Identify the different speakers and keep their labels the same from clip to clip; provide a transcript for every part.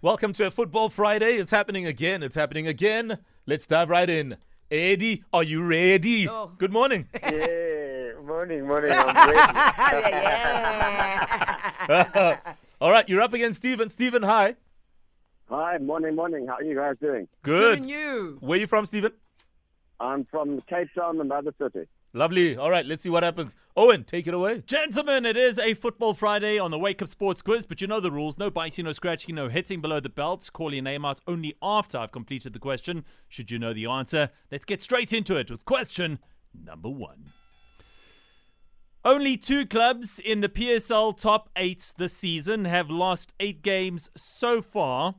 Speaker 1: Welcome to a Football Friday. It's happening again. It's happening again. Let's dive right in. Eddie, are you ready?
Speaker 2: No.
Speaker 1: Good morning.
Speaker 3: Yeah, morning, morning. I'm ready.
Speaker 1: All right, you're up against Steven. Steven, hi.
Speaker 3: Hi, morning, morning. How are you guys doing?
Speaker 2: Good.
Speaker 1: Good.
Speaker 2: you.
Speaker 1: Where you from, Steven?
Speaker 3: I'm from Cape Town, another city.
Speaker 1: Lovely. All right, let's see what happens. Owen, take it away.
Speaker 4: Gentlemen, it is a Football Friday on the Wake Up Sports Quiz, but you know the rules. No biting, no scratching, no hitting below the belt. Call your name out only after I've completed the question. Should you know the answer, let's get straight into it with question number one. Only two clubs in the PSL top eight this season have lost eight games so far.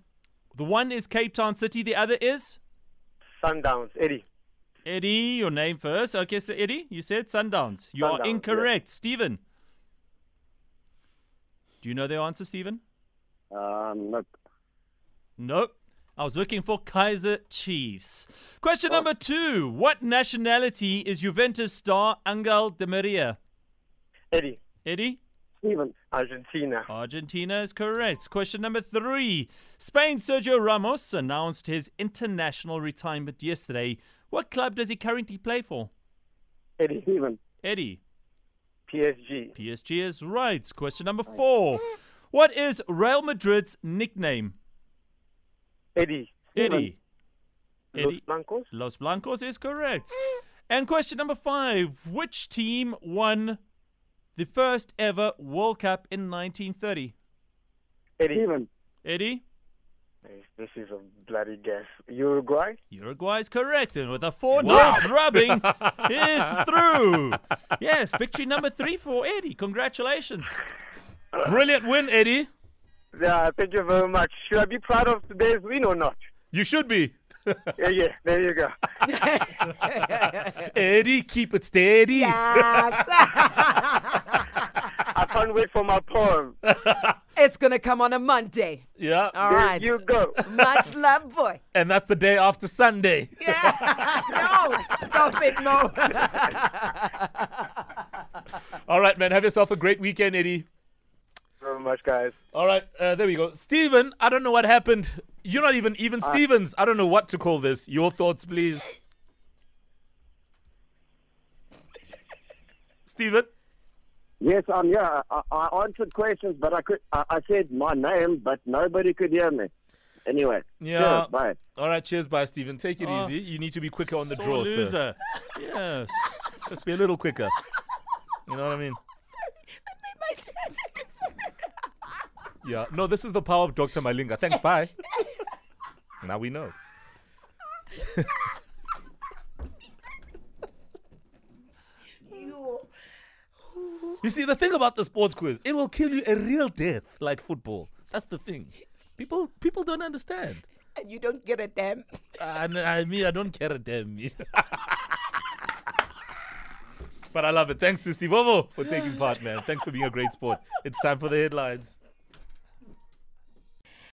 Speaker 4: The one is Cape Town City, the other is
Speaker 5: Sundowns, Eddie.
Speaker 4: Eddie. Your name first. Okay, so Eddie, you said Sundowns. You are
Speaker 3: Sundowns,
Speaker 4: incorrect. Stephen. Do you know the answer, Stephen?
Speaker 3: Um, look,
Speaker 4: Nope. I was looking for Kaiser Chiefs. Question number two. What nationality is Juventus star Angel Di Maria?
Speaker 5: Eddie,
Speaker 4: Eddie?
Speaker 3: Stephen,
Speaker 5: Argentina.
Speaker 4: Argentina is correct. Question number three. Spain's Sergio Ramos announced his international retirement yesterday. What club does he currently play for?
Speaker 5: Eddie,
Speaker 3: Stephen,
Speaker 4: Eddie?
Speaker 5: PSG.
Speaker 4: PSG is right. Question number four. What is Real Madrid's nickname?
Speaker 5: Eddie,
Speaker 4: Eddie.
Speaker 5: Los
Speaker 4: Eddie.
Speaker 5: Blancos.
Speaker 4: Los Blancos is correct. And question number five. Which team won the first ever World Cup in 1930?
Speaker 5: Eddie.
Speaker 3: Stephen,
Speaker 4: Eddie?
Speaker 5: This is a bloody guess. Uruguay.
Speaker 4: Uruguay is correct. And with a 4 0 drubbing, he is through. Yes, victory number three for Eddie. Congratulations.
Speaker 1: Brilliant win, Eddie.
Speaker 5: Yeah, thank you very much. Should I be proud of today's win or not?
Speaker 1: You should be.
Speaker 5: Yeah, yeah. There you go.
Speaker 1: Eddie, keep it steady.
Speaker 2: Yes.
Speaker 5: I can't wait for my poem.
Speaker 2: it's going to come on a Monday.
Speaker 1: Yeah.
Speaker 2: All
Speaker 5: There
Speaker 2: right.
Speaker 5: you go.
Speaker 2: Much love, boy.
Speaker 1: And that's the day after Sunday.
Speaker 2: Yeah. no, stop it, Mo.
Speaker 1: All right, man. Have yourself a great weekend, Eddie.
Speaker 5: very much, guys.
Speaker 1: All right, uh, there we go. Steven, I don't know what happened. You're not even even Stevens. I don't know what to call this. Your thoughts, please. Steven?
Speaker 3: yes, I'm here. I, I answered questions, but I could. I, I said my name, but nobody could hear me. Anyway,
Speaker 1: Yeah.
Speaker 3: cheers, bye.
Speaker 1: All right, cheers, bye, Steven. Take it
Speaker 4: Oh.
Speaker 1: easy. You need to be quicker on the
Speaker 4: Sore
Speaker 1: draw, sir.
Speaker 4: loser. Yes.
Speaker 1: Just be a little quicker. You know what I mean? Yeah. No, this is the power of Dr. Malinga. Thanks, bye. now we know. You see, the thing about the sports quiz, it will kill you a real death, like football. That's the thing. People, people don't understand.
Speaker 2: and you don't get a damn.
Speaker 1: I, I mean, I don't care a damn. but I love it. Thanks to Steve Ovo for taking part, man. Thanks for being a great sport. It's time for the headlines.